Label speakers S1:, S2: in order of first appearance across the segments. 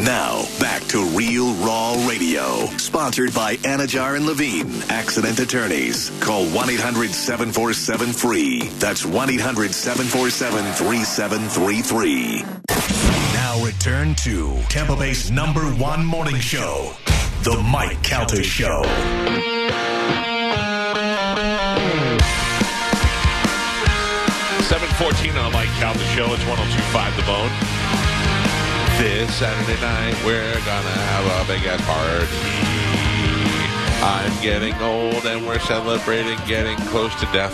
S1: Now, back to Real Raw Radio, sponsored by Anajar and Levine, accident attorneys. Call 1 800 747 FREE. That's 1 800 747 3733. Now, return to Tampa Bay's number one morning show, The Mike Calta Show.
S2: Seven fourteen on the Mike Calvin Show. It's one zero two five The Bone. This Saturday night we're gonna have a big ass party. I'm getting old and we're celebrating getting close to death.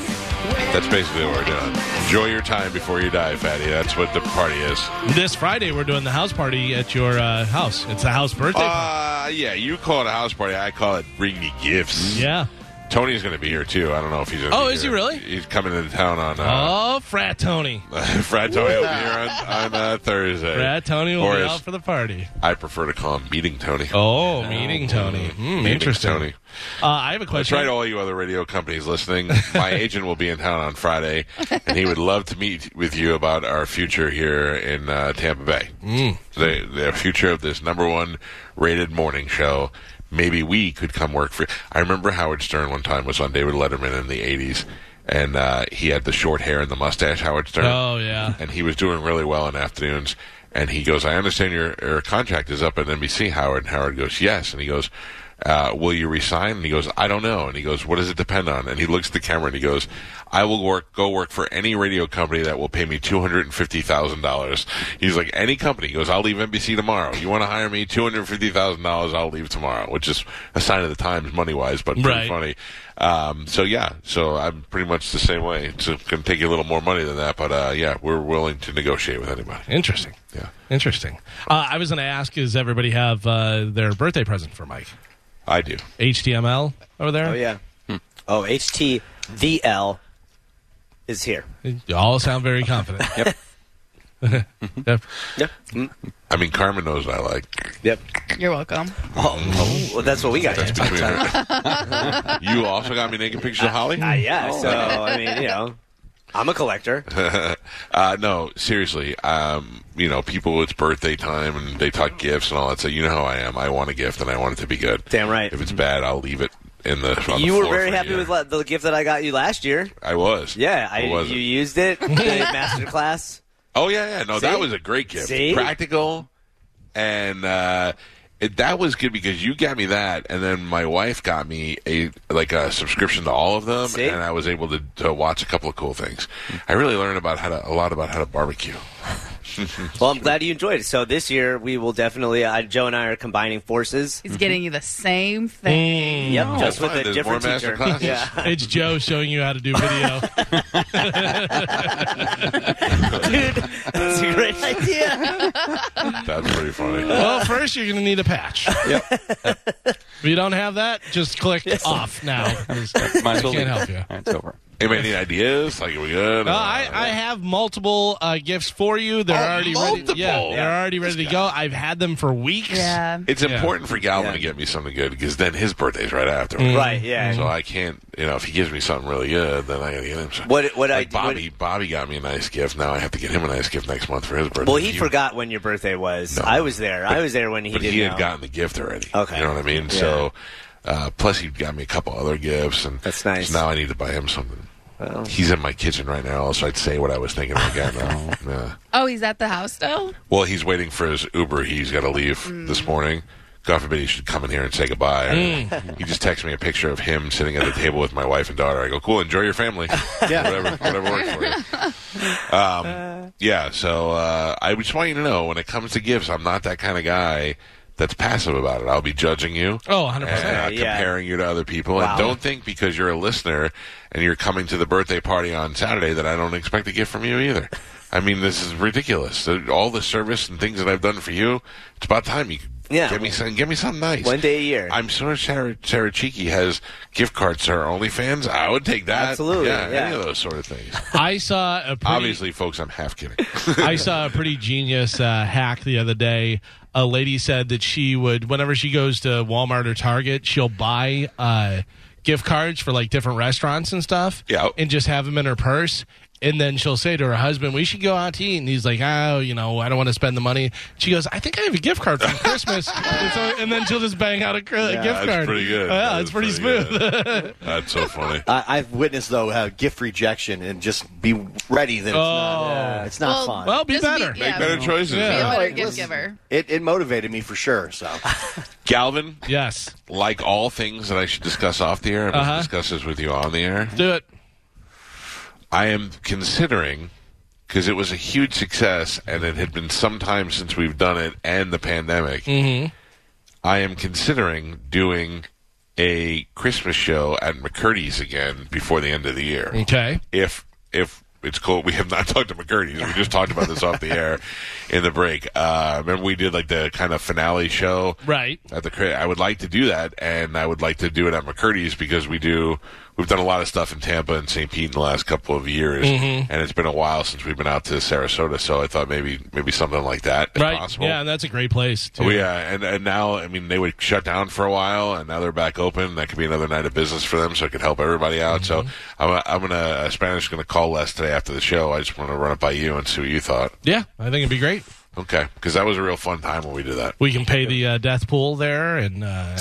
S2: That's basically what we're doing. Enjoy your time before you die, fatty. That's what the party is.
S3: This Friday, we're doing the house party at your uh, house. It's a house birthday. party.
S2: Uh, yeah, you call it a house party. I call it bring me gifts.
S3: yeah.
S2: Tony's going to be here too. I don't know if he's. Gonna
S3: Oh,
S2: be
S3: is
S2: here.
S3: he really?
S2: He's coming into town on. Uh,
S3: Oh, frat Tony.
S2: Frat Tony will be here on, on uh, Thursday.
S3: Frat Tony will
S2: or
S3: be
S2: as
S3: out for the party.
S2: I prefer to call him Meeting Tony.
S3: Oh, meeting Tony. Mm,
S2: Meeting
S3: interesting.
S2: Tony.
S3: Uh, I have a
S2: That's
S3: question.
S2: right. All you other radio companies listening, my agent will be in town on Friday, and he would love to meet with you about our future here in uh, Tampa Bay.
S3: Hmm.
S2: Mm. The, the future of this number one rated morning show. Maybe we could come work for. I remember Howard Stern one time was on David Letterman in the '80s, and uh, he had the short hair and the mustache. Howard Stern.
S3: Oh, yeah.
S2: and he was doing really well in afternoons. And he goes, I understand your, your contract is up at NBC, Howard. And Howard goes, Yes. And he goes, uh, Will you resign? And he goes, I don't know. And he goes, What does it depend on? And he looks at the camera and he goes, I will work, go work for any radio company that will pay me $250,000. He's like, Any company. He goes, I'll leave NBC tomorrow. You want to hire me $250,000? I'll leave tomorrow, which is a sign of the times money wise, but pretty
S3: Right.
S2: funny money. Um, so yeah, so I'm pretty much the same way. It's going to take you a little more money than that, but uh, yeah, we're willing to negotiate with anybody.
S3: Interesting.
S2: Yeah,
S3: Interesting. Uh, I was going to ask, does everybody have uh, their birthday present for Mike?
S2: I do.
S3: HTML over there?
S4: Oh yeah. Oh, HTVL is here.
S3: You all sound very confident. yep. yep.
S4: Yep. Mm.
S2: I mean, Carmen knows what I like.
S4: Yep.
S5: You're welcome.
S4: Oh, oh, well, that's what we got.
S2: That's
S4: here.
S2: between her. you also got me naked pictures of Holly.
S4: Ah, yeah. So I mean, you know, I'm a collector.
S2: Uh, no, seriously. Um, you know, people, it's birthday time and they talk gifts and all that. So you know how I am. I want a gift and I want it to be good.
S4: Damn right.
S2: If it's bad, I'll leave it in the. On the
S4: You were
S2: floor
S4: very
S2: for a
S4: happy
S2: year.
S4: with la- the gift that I got you last year.
S2: I was.
S4: Yeah, I,
S2: I was.
S4: you used it. The master class.
S2: Oh yeah, yeah. No, that
S4: See?
S2: was a great gift.
S4: See?
S2: Practical, and uh, it, that was good because you got me that, and then my wife got me a like a subscription to all of them,
S4: See?
S2: and I was able to, to watch a couple of cool things. I really learned about how to a lot about how to barbecue.
S4: Well, I'm glad you enjoyed it. So this year we will definitely. Uh, Joe and I are combining forces.
S3: Mm-hmm.
S5: He's getting you the same thing.
S4: Yep,
S2: That's
S4: just with
S2: fine.
S4: a
S2: There's
S4: different
S2: more master
S4: teacher.
S2: classes.
S4: Yeah.
S3: Hmm. It's Joe showing you how to do video.
S4: Dude, that's a great idea.
S2: That's pretty funny.
S3: well, first you're going to need a patch. Yep. if you don't have that, just click off now. 'cause
S6: Might
S3: I
S6: as well
S3: can't
S6: leave.
S3: help you.
S6: It's over.
S2: Anybody need ideas? Like, are we good? Uh,
S3: No, I, I have multiple uh, gifts for you. They're
S2: Oh,
S3: already
S2: multiple?
S3: ready. Yeah, they're already ready to go. I've had them for weeks.
S5: Yeah.
S2: it's
S3: Yeah.
S2: important for Galvin
S4: Yeah. Mm-hmm.
S2: to get me something good because then his birthday's right after.
S4: Right, yeah.
S2: So I can't, you know, if he gives me something really good, then I gotta get him. Something.
S4: What- what I-
S2: like Bobby? Bobby got me a nice gift. Now I have to get him a nice gift next month for his birthday.
S4: Well, he
S2: You-
S4: forgot when your birthday was.
S2: No.
S4: I was there. I was there when he
S2: but
S4: didn't.
S2: he had
S4: know.
S2: gotten the gift already.
S4: Okay.
S2: you know what I mean. So, uh, plus he got me a couple other gifts, and
S4: That's nice.
S2: so now I need to buy him something. He's in my kitchen right now, so I'd say what I was thinking. I got now. Yeah.
S5: Oh, he's at the house though.
S2: Well, he's waiting for his Uber. He's got to leave this morning. God forbid he should come in here and say goodbye. He just texted me a picture of him sitting at the table with my wife and daughter. I go, cool, enjoy your family. yeah. Whatever, whatever works for you. Um, yeah, so uh, I just want you to know when it comes to gifts, I'm not that kind of guy that's passive about it. I'll be judging you.
S3: Oh, 100%.
S2: And not
S4: Yeah.
S2: Uh, comparing you to other people.
S4: Wow.
S2: And don't think because you're a listener and you're coming to the birthday party on Saturday that I don't expect a gift from you either. I mean, this is ridiculous. All the service and things that I've done for you, it's about time you
S4: Yeah.
S2: give me some, give me something nice.
S4: One day a year.
S2: I'm sure Sarah, Sarah Cheeky has gift cards to her OnlyFans. I would take that.
S4: Absolutely, yeah.
S2: any of those sort of things.
S3: I saw a pretty,
S2: Obviously, folks, I'm half kidding.
S3: I saw a pretty genius uh, hack the other day. A lady said that she would, whenever she goes to Walmart or Target, she'll buy uh, gift cards for like different restaurants and stuff,
S2: Yeah.
S3: and just have them in her purse. And then she'll say to her husband, "We should go out to eat." And he's like, "Oh, you know, I don't want to spend the money." She goes, "I think I have a gift card from Christmas." and, so, and then she'll just bang out a, cr- a gift
S2: that's
S3: card.
S2: pretty good.
S3: Yeah,
S2: That
S3: it's
S2: is
S3: pretty,
S2: pretty
S3: smooth.
S2: That's so funny.
S6: I, I've witnessed though how gift rejection and just be ready that it's
S3: Oh.
S6: not, it's not
S5: Well,
S6: fun.
S3: well, be
S5: Just
S3: better.
S5: yeah,
S2: Better
S5: be
S2: choices.
S5: a
S3: Yeah.
S5: better
S6: Like,
S5: gift
S6: listen,
S5: giver.
S6: It, it motivated me for sure. So
S2: Galvin,
S3: yes,
S2: like all things that I should discuss off the air, I'm
S3: Uh-huh.
S2: going to discuss this with you on the air.
S3: do it.
S2: I am considering because it was a huge success and it had been some time since we've done it and the pandemic. I am considering doing a Christmas show at McCurdy's again before the end of the year.
S3: Okay.
S2: If if it's cool, we have not talked to McCurdy's. We just talked about this off the air in the break. Uh, remember we did like the kind of finale show
S3: Right.
S2: at the cra- I would like to do that, and I would like to do it at McCurdy's because we do. We've done a lot of stuff in Tampa and St. Pete in the last couple of years,
S3: Mm-hmm.
S2: and it's been a while since we've been out to Sarasota. So I thought maybe maybe something like that, if
S3: Right.
S2: possible.
S3: Yeah, and that's a great place. Too.
S2: Oh, yeah, and and now I mean they would shut down for a while, and now they're back open. That could be another night of business for them, so it could help everybody out. So
S3: Mm-hmm.
S2: I'm I'm gonna uh, Spanish gonna call Les today after the show. I just want to run it by you and see what you thought.
S3: Yeah, I think it'd be great.
S2: Okay, because that was a real fun time when we did that.
S3: We can pay the uh, death pool there, and uh,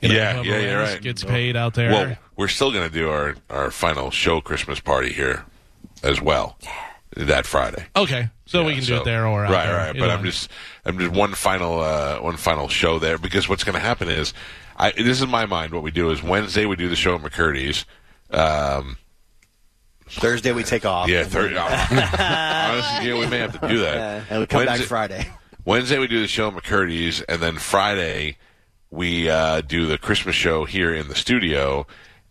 S3: you know,
S2: Yeah,
S3: whoever
S2: yeah, you're
S3: wins
S2: right.
S3: Gets paid out there.
S2: Well, we're still going to do our, our final show Christmas party here as well that Friday.
S3: okay, so we
S2: Yeah,
S3: can do it there or out
S2: right,
S3: there,
S2: right.
S3: you
S2: But
S3: know.
S2: I'm just I'm just one final uh, one final show there because what's going to happen is I, this is my mind. What we do is Wednesday we do the show at McCurdy's. Um,
S6: Thursday we take off.
S2: yeah,
S6: and
S2: Thursday. honestly, yeah, we may have to do that.
S6: and we come
S2: Wednesday-
S6: back Friday.
S2: Wednesday we do the show at McCurdy's, and then Friday we uh, do the Christmas show here in the studio,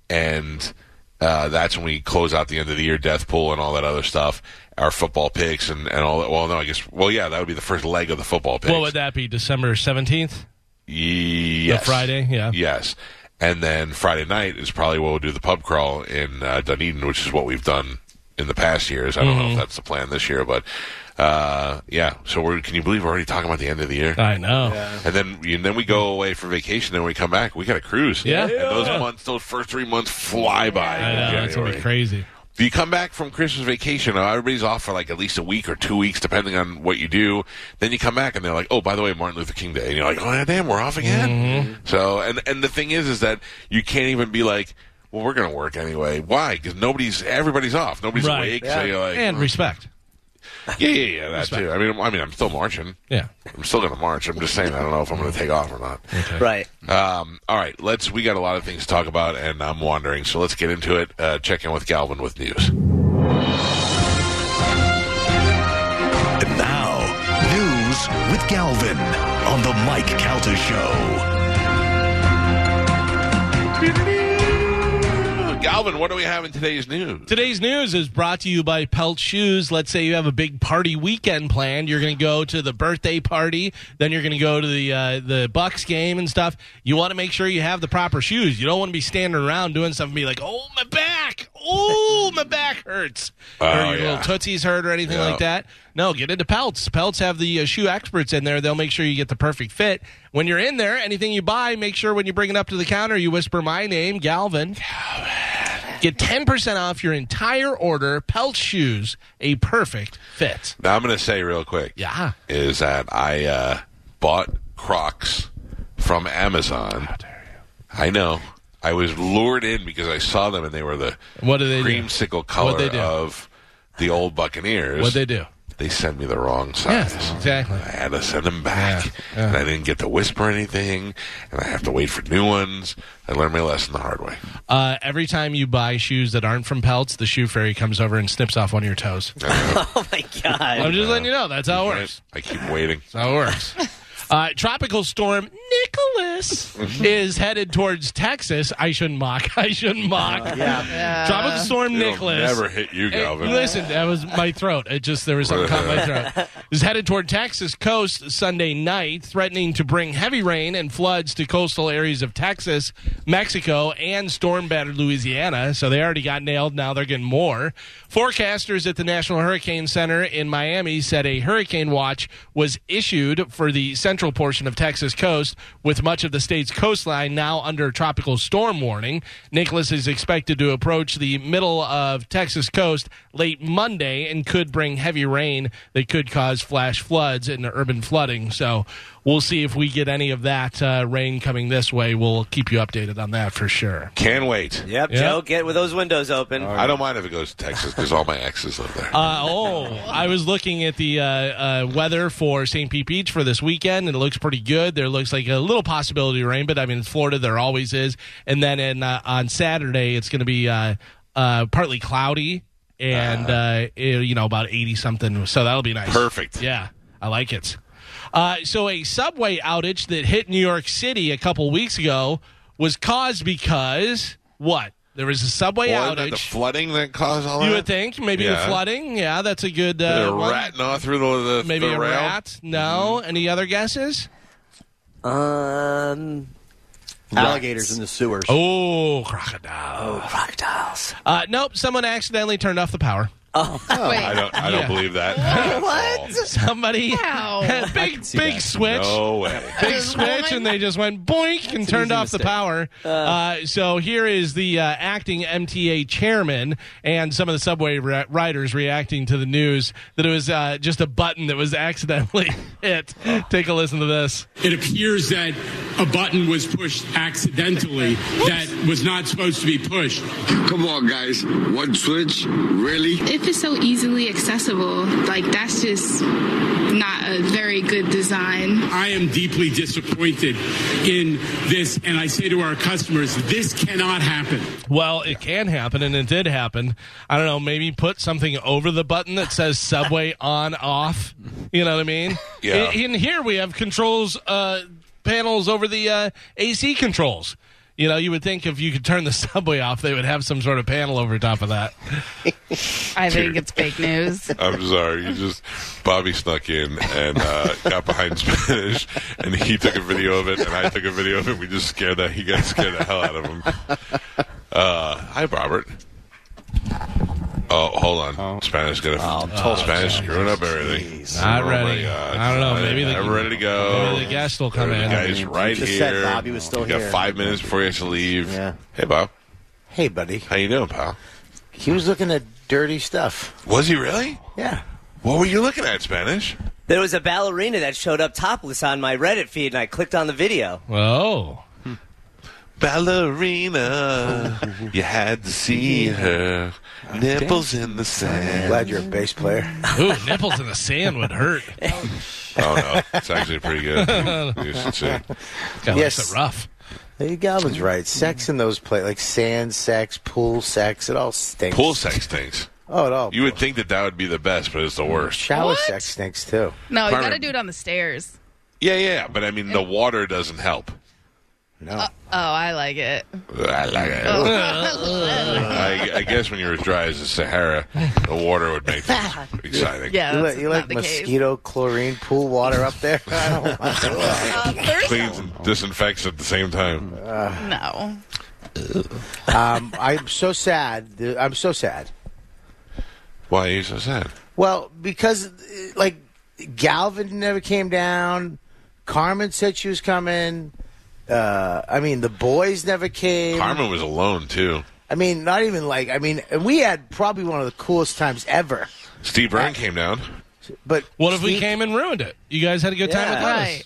S2: and uh, that's when we close out the end of the year death pool and all that other stuff, our football picks and, and all that. Well, no, I guess. Well, yeah, that would be the first leg of the football picks.
S3: What would that be? December seventeenth,
S2: yes.
S3: the Friday. Yeah.
S2: Yes. And then Friday night is probably where we'll do the pub crawl in uh, Dunedin, which is what we've done in the past years. I don't
S3: Mm-hmm.
S2: know if that's the plan this year, but uh, yeah. So we're, can you believe we're already talking about the end of the year?
S3: I know.
S2: And then and then we go away for vacation. Then we come back. We got a cruise.
S3: Yeah.
S2: And those months, those first three months, fly by.
S3: I
S2: in
S3: know. It's gonna be
S2: January.
S3: crazy.
S2: You come back from Christmas vacation. uh, Everybody's off for like at least a week or two weeks, depending on what you do. Then you come back and they're like, "Oh, by the way, Martin Luther King Day," and you're like, "Oh, yeah, damn, we're off again."
S3: Mm-hmm.
S2: So, and and the thing is, is that you can't even be like, "Well, we're gonna work anyway." Why? Because nobody's everybody's off. Nobody's
S3: Right.
S2: awake. So you're like, uh,
S3: And respect.
S2: "Yeah, yeah, yeah." That too. I mean, I'm- I mean, I'm still marching.
S3: Yeah.
S2: I'm still gonna march. I'm just saying, I don't know if I'm gonna take off or not.
S4: Right.
S2: Um, all right, let's. We got a lot of things to talk about, and I'm wandering, so let's get into it. Uh, check in with Galvin with news.
S1: And now, news with Galvin on the Mike Calta Show.
S2: Galvin, what do we have in today's news?
S3: Today's news is brought to you by Pelt Shoes. Let's say you have a big party weekend planned. You're going to go to the birthday party, then you're going to go to the uh, the Bucks game and stuff. You want to make sure you have the proper shoes. You don't want to be standing around doing something and be like, "Oh, my back! Oh, my back hurts!" or
S2: Oh,
S3: your
S2: yeah.
S3: little tootsies hurt or anything
S2: Yeah.
S3: like that. No, get into Pelts. Pelts have the uh, shoe experts in there. They'll make sure you get the perfect fit. When you're in there, anything you buy, make sure when you bring it up to the counter, you whisper my name, Galvin. Get 10% off your entire order. Pelt shoes, a perfect fit.
S2: Now, I'm going to say real quick.
S3: Yeah.
S2: Is that I uh, bought Crocs from Amazon. How dare you? I know. I was lured in because I saw them and they were the
S3: What do they do?
S2: creamsicle color
S3: What'd they do?
S2: of the old Buccaneers.
S3: What'd they do?
S2: They sent me the wrong size.
S3: Yes, exactly.
S2: I had to send them back,
S3: Yeah, yeah.
S2: and I didn't get to whisper anything, and I have to wait for new ones. I learned my lesson the hard way.
S3: Uh, every time you buy shoes that aren't from Pelts, the shoe fairy comes over and snips off one of your toes.
S4: Oh my
S3: I'm
S4: god.
S3: just letting you know. That's how it works.
S2: I keep waiting.
S3: That's how it works. Uh, tropical storm Nicholas is headed towards Texas. I shouldn't mock. I shouldn't mock.
S5: Yeah.
S3: Tropical storm
S2: It'll
S3: Nicholas.
S2: never hit you,
S3: Hey,
S2: Galvin.
S3: listen, that was my throat. It just there was something caught my throat. Is headed toward Texas coast Sunday night, threatening to bring heavy rain and floods to coastal areas of Texas, Mexico, and storm-battered Louisiana. So they already got nailed. Now they're getting more. Forecasters at the National Hurricane Center in Miami said a hurricane watch was issued for the central portion of Texas coast with much of the state's coastline now under tropical storm warning. Nicholas is expected to approach the middle of Texas coast late Monday and could bring heavy rain that could cause flash floods and urban flooding. So we'll see if we get any of that uh, rain coming this way. We'll keep you updated on that for sure.
S2: Can wait.
S4: Yep,
S3: Yeah.
S4: Joe, get with those windows open.
S2: I don't mind if it goes to Texas because all my exes live there.
S3: Uh, oh, I was looking at the uh, uh, weather for St. Pete Beach for this weekend, and it looks pretty good. There looks like a little possibility of rain, but I mean, in Florida, there always is. And then in, uh, on Saturday, it's going to be uh, uh, partly cloudy and, uh, eh, you know, about 80 something. So that'll be nice.
S2: Perfect.
S3: Yeah, I like it. Uh, so, a subway outage that hit New York City a couple weeks ago was caused because what? There was a subway
S2: Boy, isn't that
S3: outage.
S2: the flooding that caused all
S3: You
S2: that.
S3: would think maybe
S2: Yeah.
S3: the flooding. Yeah, that's a good
S2: They're
S3: uh, one.
S2: ratting off through the, the
S3: Maybe
S2: the
S3: a
S2: rail.
S3: rat. No. Any other guesses?
S4: Um,
S6: Alligators in the sewers.
S3: Oh, crocodile.
S4: crocodiles.
S3: Uh, nope. Someone accidentally turned off the power.
S2: I
S5: Oh, Wait.
S2: don't. I don't
S3: Yeah.
S2: believe that. at all.
S3: Somebody.
S5: Wow.
S3: big
S6: see
S3: big
S6: that.
S3: switch.
S2: No way.
S3: Big
S5: Oh
S3: switch,
S5: my
S3: and they just went boink and turned
S4: easy
S3: off the
S4: mistake.
S3: power. Uh, so here is the uh, acting MTA chairman and some of the subway ri- riders reacting to the news that it was uh, just a button that was accidentally hit. Take a listen to this.
S7: It appears that a button was pushed accidentally that was not supposed to be pushed.
S8: Come on, guys. One switch? Really?
S9: if it's so easily accessible, like that's just not a very good design.
S7: I am deeply disappointed in this, and I say to our customers, this cannot happen.
S3: Well, it can happen, and it did happen. I don't know. Maybe put something over the button that says "Subway on off." You know what I mean?
S2: Yeah.
S3: In, in here, we have controls uh, panels over the uh, AC controls. You know, you would think if you could turn the subway off, they would have some sort of panel over top of that.
S5: I think it's fake news.
S2: I'm sorry. You just Bobby snuck in and uh, got behind Spanish, and he took a video of it, and I took a video of it. We just scared that he got scared the hell out of him. Uh, hi, Robert. Oh, hold on. Spanish gonna Spanish screwing up everything.
S3: Oh, Not
S2: oh
S3: ready.
S2: My God.
S3: I don't know. Maybe the-
S2: I'm ready to go.
S3: maybe the guest will come
S2: The
S3: in.
S2: Guys, right
S6: Just
S2: here.
S6: said Bobby was still
S2: you got
S6: here.
S2: five minutes before you have to leave.
S10: Yeah.
S2: Hey, Bob.
S10: Hey, buddy.
S2: How you doing, pal?
S10: He was looking at dirty stuff.
S2: Was he really?
S10: Yeah.
S2: What were you looking at, Spanish?
S4: There was a ballerina that showed up topless on my Reddit feed, and I clicked on the video.
S3: Whoa.
S2: Ballerina, you had to see her nipples in the sand.
S10: Glad you're a bass player.
S3: Ooh, nipples in the sand would hurt.
S2: Oh no, it's actually pretty good. You should see.
S3: God,
S10: Yes.
S3: that's rough.
S10: Lady Galvin's right. Sex in those places, like sand sex, pool sex, it all stinks.
S2: Pool sex stinks.
S10: Oh, it all.
S2: You would think that that would be the best, but it's the worst.
S10: Shower
S5: What?
S10: sex stinks too.
S5: No, you
S2: Carmen.
S5: got to do it on the stairs.
S2: Yeah, yeah, but I mean the water doesn't help.
S10: No.
S5: Oh, I like it.
S2: I like it. I, I guess when you're as dry as the Sahara, the water would make things exciting.
S5: Yeah,
S10: you
S5: that's
S10: like, you
S5: not
S10: like
S5: the case.
S10: mosquito chlorine pool water up there? I don't want it.
S5: Uh, there's
S2: Cleans and disinfects at the same time.
S5: no.
S10: um, I'm so sad. th- I'm so sad.
S2: Why are you so sad?
S10: Well, because uh, like Galvin never came down. Carmen said she was coming. Uh, I mean, the boys never came.
S2: Carmen was alone too.
S10: I mean, not even like I mean, and we had probably one of the coolest times ever.
S2: Steve Byrne came down.
S10: But
S3: What if we
S10: Steve-
S3: came and ruined it? You guys had a good time
S4: Yeah.
S3: with us.
S5: Right.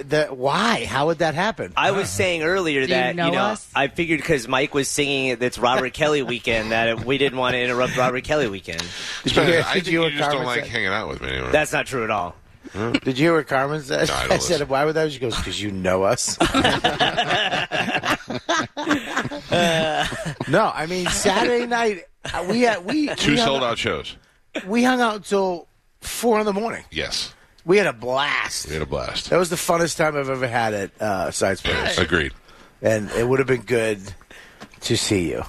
S10: N- that- why? How would that happen?
S4: I was saying earlier
S5: Do you
S4: that
S5: know
S4: you know
S5: us?
S4: I figured because Mike was singing it, it's Robert Kelly weekend that it, we didn't want to interrupt Robert Kelly weekend.
S10: Did you hear-
S2: Spanish, I
S10: did
S2: think
S10: you
S2: you
S10: hear
S2: just don't
S10: Carmen
S2: like
S10: said-
S2: hanging out with me anymore.
S4: That's not true at all.
S10: Did you hear what Carmen said?
S2: No, I don't
S10: I, said,
S2: listen.
S10: "Why would that?" She goes, "Because you know us." no, I mean Saturday night uh, we had we
S2: Two
S10: we hung
S2: sold out shows.
S10: we hung out till four in the morning.
S2: Yes.
S10: We had a blast.
S2: We had a blast.
S10: that was the funnest time I've ever had at uh, Sides Brothers,
S2: Agreed.
S10: and it would have been good to see you.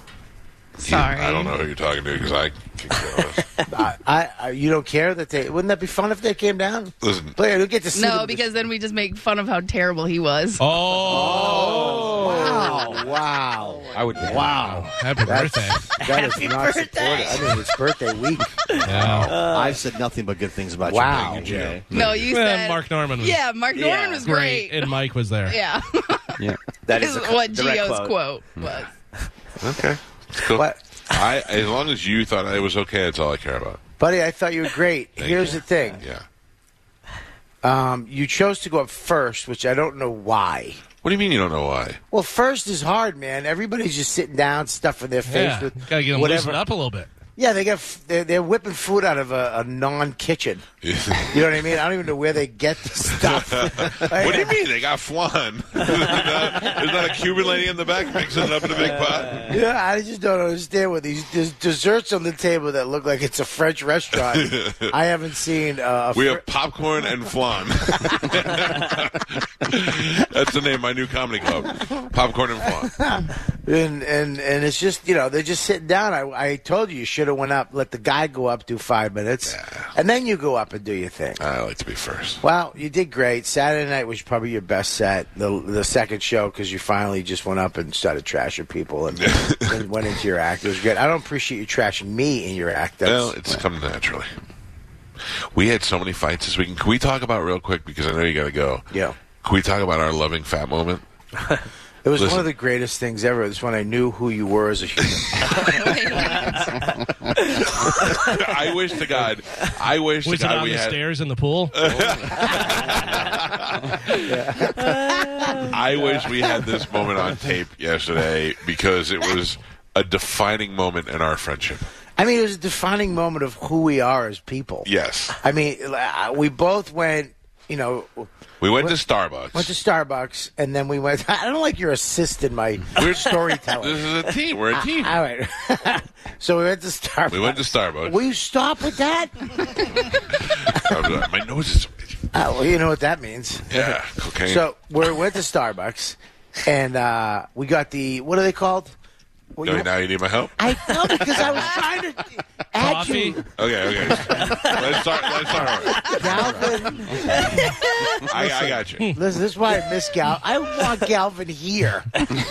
S5: Sorry.
S2: I don't know who you're talking to because I can go.
S10: I, I, I you don't care that they wouldn't that be fun if they came down?
S2: Listen,
S10: Player, you get to see.
S5: No,
S10: them.
S5: because then we just make fun of how terrible he was.
S3: Oh.
S10: Wow! Wow!
S11: I would.
S10: Wow!
S3: Happy
S10: That's-
S3: birthday.
S10: That is not supported. I mean, it's birthday week.
S6: I've said nothing but good things about
S10: Wow.
S6: you. Thank you, Jay.
S5: No, you
S3: Well,
S5: said
S3: Mark Norman was
S5: Yeah, Mark
S10: Yeah.
S5: Norman was
S3: great,
S5: great.
S3: and Mike was there.
S5: Yeah,
S11: Yeah.
S4: That
S5: is
S4: is a co-
S5: what
S4: direct
S5: Gio's
S4: quote.
S5: quote, was.
S2: Okay. It's cool.
S10: What?
S2: I, as long as you thought it was okay, that's all I care about.
S10: Buddy, I thought you were great.
S2: Thank
S10: Here's
S2: you.
S10: the thing.
S2: Yeah.
S10: Um, you chose to go up first, which I don't know why.
S2: What do you mean you don't know why?
S10: Well, first is hard, man. Everybody's just sitting down, stuffing their face
S3: Yeah.
S10: with
S3: Gotta get them
S10: whatever.
S3: loosened up a little bit.
S10: Yeah, they got f- they're, they're whipping food out of a, a non-kitchen.
S2: what
S10: You know what I mean? I don't even know where they get the stuff.
S2: do you mean they got flan? There's not, there's not a Cuban lady in the back mixing it up in a big pot.
S10: Yeah, I just don't understand what these there's desserts on the table that look like it's a French restaurant. I haven't seen. Uh, a
S2: We
S10: Fr-
S2: have popcorn and flan. That's the name of my new comedy club. Popcorn and flan.
S10: and and and it's just you know they're just sitting down. I I told you you should have went up, let the guy go up, do five minutes, and then you go up and do your thing.
S2: I like to be first.
S10: Well, you did great. Saturday night was probably your best set. The the second show because you finally just went up and started trashing people and, and went into your act. It was good. I don't appreciate you trashing me in your act. That's,
S2: Well, it's come naturally. We had so many fights this weekend. Can we talk about real quick because I know you got to go?
S10: Yeah.
S2: Can we talk about our loving fat moment?
S10: it was
S2: listen.
S10: one of the greatest things ever. It's when I knew who you were as a human.
S2: I wish to God, I wish
S3: Was
S2: to
S3: it
S2: God
S3: on
S2: we
S3: the
S2: had.
S3: stairs in the pool?
S2: I wish we had this moment on tape yesterday because it was a defining moment in our friendship.
S10: I mean, it was a defining moment of who we are as people.
S2: Yes,
S10: I mean, uh, we both went. You know,
S2: we went to Starbucks.
S10: went to Starbucks and then we went. I don't like your assist in my storytelling.
S2: this is a team. We're a team.
S10: All right. so we went to Starbucks.
S2: Ah. We went to Starbucks.
S10: Will you stop with that?
S2: My nose is.
S10: Uh, well, you know what that means.
S2: Yeah, cocaine.
S10: So we went to Starbucks, and uh, we got the what are they called? Well,
S2: No,
S10: you-
S2: now you need my help.
S10: I know because I was trying to add
S3: Coffee?
S10: you,
S2: Okay, okay. let's start. Let's start.
S10: Galvin.
S2: I, I got you.
S10: Listen, this is why I miss Gal. I want Galvin here.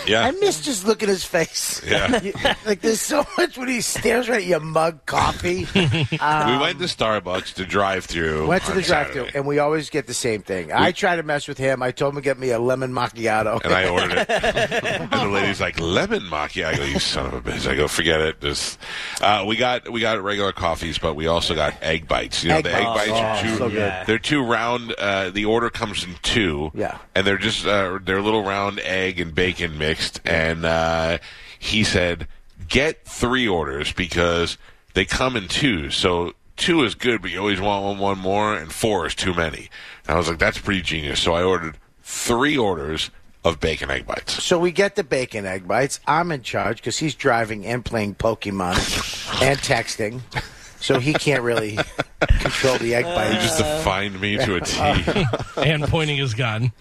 S2: Yeah.
S10: I miss just looking at his face.
S2: Yeah.
S10: like there's so much when he stares right at your mug coffee. Um,
S2: we went to Starbucks to drive through.
S10: Went to the drive-thru, and we always get the same thing. I try to mess with him. I told him to get me a lemon macchiato.
S2: and I ordered it. and the lady's like, "Lemon macchiato." I go, "You son of a bitch!" I go, "Forget it." Just uh, we got we got regular coffees, but we also got egg bites. You know,
S10: Egg
S2: the egg
S10: bites.
S2: bites are
S10: Oh,
S2: two.
S10: so good.
S2: They're two round. Uh, the order comes in two.
S10: Yeah.
S2: and they're just uh, they're little round egg and bacon mixed. And uh, he said, "Get three orders because they come in twos." So. Two is good, but you always want one, one more, and four is too many. And I was like, "That's pretty genius." So I ordered three orders of bacon egg bites.
S10: So we get the bacon egg bites. I'm in charge because he's driving and playing Pokemon and texting. So he can't really control the egg
S2: You
S10: bites.
S2: just defined me to a T.
S3: and pointing his gun.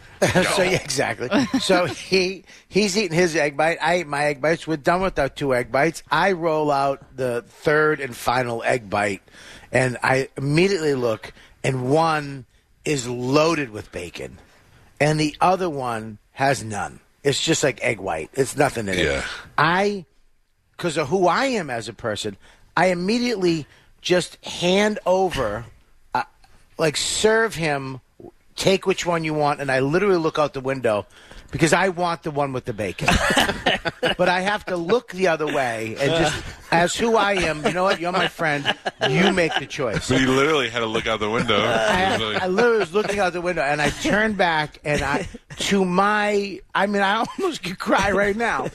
S10: so yeah, exactly. So he he's eating his egg bite. I eat my egg bites. We're done with our two egg bites. I roll out the third and final egg bite, and I immediately look, and one is loaded with bacon, and the other one has none. It's just like egg white. It's nothing in
S2: Yeah.
S10: it. I, because of who I am as a person, I immediately just hand over uh, like serve him take which one you want and i literally look out the window because i want the one with the bacon but i have to look the other way and just as who i am you know what you're my friend you make the choice
S2: But he literally had to look out the window.
S10: I,
S2: He was
S10: I
S2: like,
S10: literally was looking out the window and i turned back and i to my i mean i almost could cry right now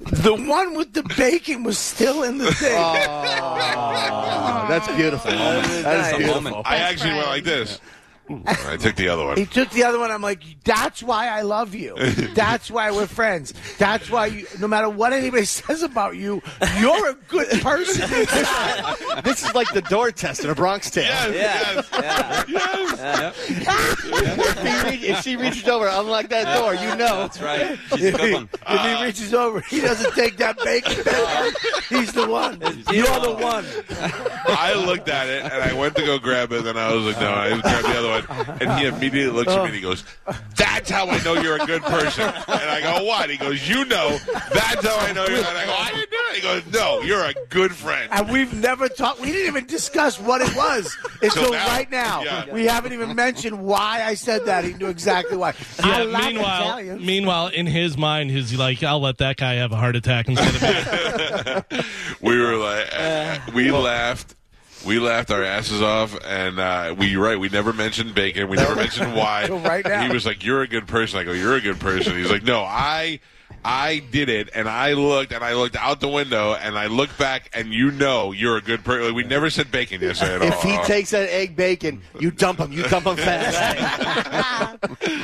S10: the one with the bacon was still in the thing
S6: Oh, that's beautiful. That is beautiful.
S2: I actually went like this. I took the other
S10: He
S2: one.
S10: took the other one. I'm like, that's why I love you. That's why we're friends. That's why you, no matter what anybody says about you, you're a good person.
S6: This is like the door test in a Bronx tale.
S2: Yes, yes, yes.
S6: If, he reach- if she reaches over, unlock that door, you know.
S11: That's right. She's a good one.
S10: if he reaches over, he doesn't take that bacon. back. He's the one. You're the one.
S2: I looked at it and I went to go grab it, and I was like, no, I grabbed the other one. good. And he immediately looks at me and he goes, That's how I know you're a good person. And I go, What? He goes, You know, that's how I know you're. And I go, I didn't do it. He goes, No, you're a good friend.
S10: And we've never talked. We didn't even discuss what it was until
S2: now.
S10: right now.
S2: Yeah.
S10: We haven't even mentioned why I said that. He knew exactly why. I like
S3: meanwhile,
S10: Italians.
S3: meanwhile, in his mind, he's like, "I'll let that guy have a heart attack instead of me."
S2: we were like, we laughed. We laughed our asses off, and uh, we you're right. We never mentioned bacon. We never mentioned why.
S10: Till right now.
S2: He was like, "You're a good person." I go, "You're a good person." He's like, "No, I, I did it, and I looked, and I looked out the window, and I looked back, and you know, you're a good person." Like, we never said bacon yesterday at
S6: If
S2: all.
S6: he takes that egg bacon, you dump him. You dump him fast.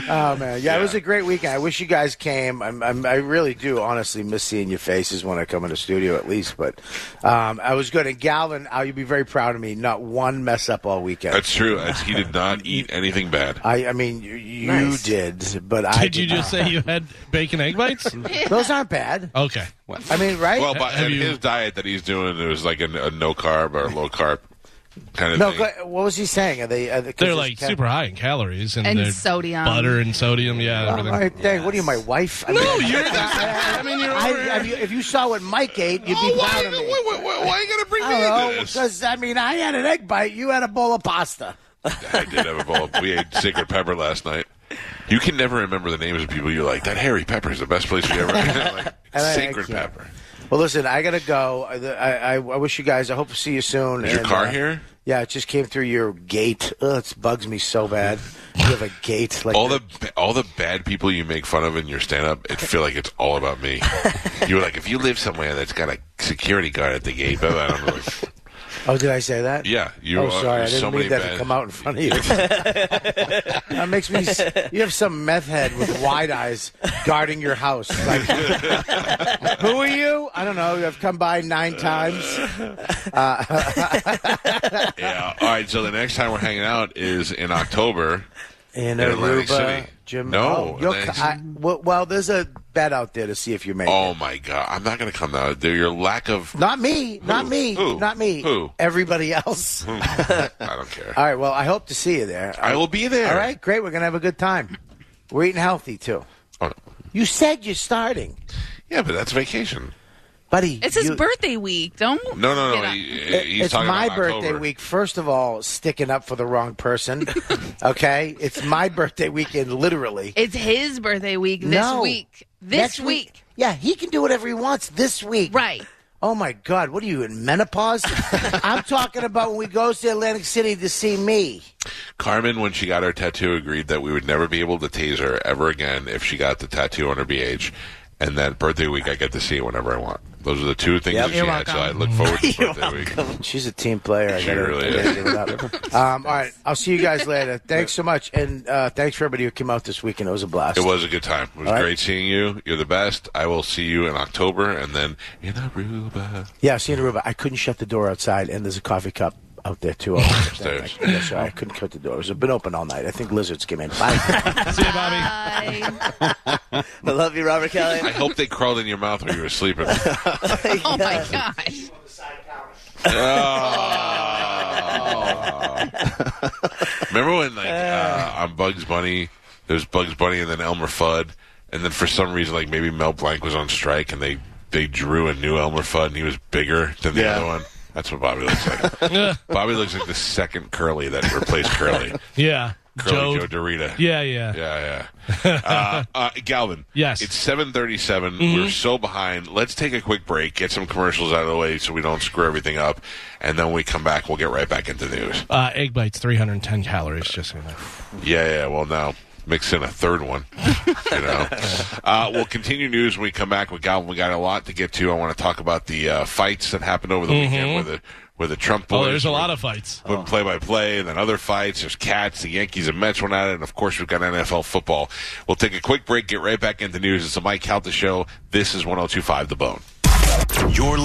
S10: Oh man, yeah,
S2: Yeah.
S10: it was a great weekend. I wish you guys came. I'm, I'm, I really do, honestly, miss seeing your faces when I come in the studio, at least. But um, I was good. And Galvin, uh, you'll be very proud of me. Not one mess up all weekend.
S2: That's true. That's- he did not eat anything bad.
S10: I, I mean, you, you
S4: Nice.
S10: did, but I
S3: Did you just say you had bacon egg bites?
S10: say those aren't bad?
S3: Okay.
S10: I mean, right?
S2: Well, but
S3: Have
S2: and
S3: you-
S2: his diet that he's doing it was like a, a no carb or low carb kind of
S10: no,
S2: thing.
S10: go- what was he saying? Are they? Are they 'cause
S3: They're
S10: it's
S3: like
S10: kind-
S3: super high in calories and,
S5: And
S3: they're
S5: sodium.
S3: butter and sodium.
S10: Oh,
S3: Yeah,
S10: all
S3: everything.
S10: right, dang, what are you, my wife? I
S3: No,
S10: mean,
S3: you're. I mean, you're.
S10: I,
S3: over here.
S10: I mean, if you saw what Mike ate, you'd
S2: Oh,
S10: be
S2: why,
S10: proud of
S2: why,
S10: me.
S2: why, why, why you gotta bring me
S10: I
S2: into this?
S10: because I mean, I had an egg bite. You had a bowl of pasta.
S2: I did have a bowl. We ate sacred pepper last night. You can never remember the names of people. You're like that Harry Pepper is the best place we ever. like,
S10: I- I
S2: sacred
S10: can't.
S2: pepper.
S10: Well, listen, I gotta go. I, I, I wish you guys. I hope to see you soon.
S2: Is your
S10: And,
S2: car
S10: uh,
S2: here?
S10: Yeah, it just came through your gate. Ugh, it bugs me so bad. You have a gate like
S2: All the all the bad people you make fun of in your stand up, it feel like it's all about me. You're like, if you live somewhere that's got a security guard at the gate, blah, blah, blah. I'm like,
S10: Oh, did I say that?
S2: yeah, you
S10: oh,
S2: are
S10: sorry. I
S2: there's
S10: didn't
S2: so many
S10: mean that
S2: bad.
S10: to come out in front of you. that makes me. s- You have some meth head with wide eyes guarding your house. Like, who are you? I don't know. I've come by nine times.
S2: Yeah. All right. So the next time we're hanging out is in October. In
S10: In,
S2: Atlantic
S10: Aruba,
S2: City.
S10: Jim.
S2: No,
S10: oh, you'll
S2: Atlantic
S10: c- I- well, well, there's a bet out there to see if you make it.
S2: Oh my God, I'm not going to come out. Your lack of
S10: Not me. Not me.
S2: Who?
S10: Not me.
S2: Who?
S10: Everybody else. All
S2: I don't care.
S10: right. Well, I hope to see you there.
S2: I will be there.
S10: Uh, All right. Great. We're gonna have a good time. We're eating healthy too.
S2: Oh, no.
S10: You said you're starting,
S2: Yeah, but that's vacation.
S10: buddy.
S5: It's his
S10: you-
S5: birthday week. Don't.
S2: No, no,
S5: get
S2: no.
S5: up.
S2: he-
S10: it-
S2: he's
S10: it's
S2: talking
S10: my
S2: about
S10: birthday
S2: October.
S10: week. First of all, sticking up for the wrong person. okay, it's my birthday weekend, literally.
S5: It's his birthday week this
S10: No.
S5: week. This
S10: Next
S5: week.
S10: Yeah, he can do whatever he wants this week.
S5: Right.
S10: Oh my God! What are you in menopause? I'm talking about when we goes to Atlantic City to see me.
S2: Carmen, when she got her tattoo, agreed that we would never be able to tase her ever again if she got the tattoo on her BH. And that birthday week, I get to see it whenever I want. Those are the two things that she
S5: You're
S2: had. So I
S5: welcome.
S2: look forward to birthday week.
S10: She's a team player. I
S2: She
S10: gotta-
S2: really
S10: I gotta
S2: is.
S10: give it up. Um, all right, I'll see you guys later. Thanks so much, and uh, thanks for everybody who came out this weekend. It was a blast.
S2: It was a good time. It was
S10: right.
S2: great seeing you. You're the best. I will see you in October and then in Aruba.
S10: Yeah, see you in Aruba. I couldn't shut the door outside, and there's a coffee cup out there too.
S2: Upstairs.
S10: Yeah, so I couldn't shut the door. It's been open all night. I think lizards came in. Bye.
S3: See you, Bobby.
S5: I,
S4: I love you, Robert Kelly.
S2: I hope they crawled in your mouth while you were sleeping.
S5: oh my gosh.
S2: Oh. Remember when like uh, on Bugs Bunny, there was Bugs Bunny and then Elmer Fudd, and then for some reason like maybe Mel Blanc was on strike and they they drew a new Elmer Fudd and he was bigger than the
S6: Yeah.
S2: other one. That's what Bobby looks like. Bobby looks like the second Curly that replaced Curly.
S3: yeah,
S2: Curly Joe, Dorita.
S3: Yeah, yeah.
S2: Yeah, yeah. uh, uh, Galvin.
S3: Yes.
S2: It's 737. We're so behind. Let's take a quick break, get some commercials out of the way so we don't screw everything up. And then when we come back, we'll get right back into the news.
S3: Uh, egg bites, 310 calories. Just so you know.
S2: Yeah, yeah. Well, now mix in a third one. you know, uh, we'll continue news when we come back with Galvin. We got a lot to get to. I want to talk about the uh, fights that happened over the weekend with the with the Trump
S3: Mm-hmm. Oh,
S2: boys.
S3: there's a lot of fights.
S2: With play by play, and then other fights. There's cats. The Yankees and Mets went at it, and of course we've got NFL football. We'll take a oh quick break. Get right back into news. It's the Mike Calta show. This is 102.5 The Bone.
S1: You're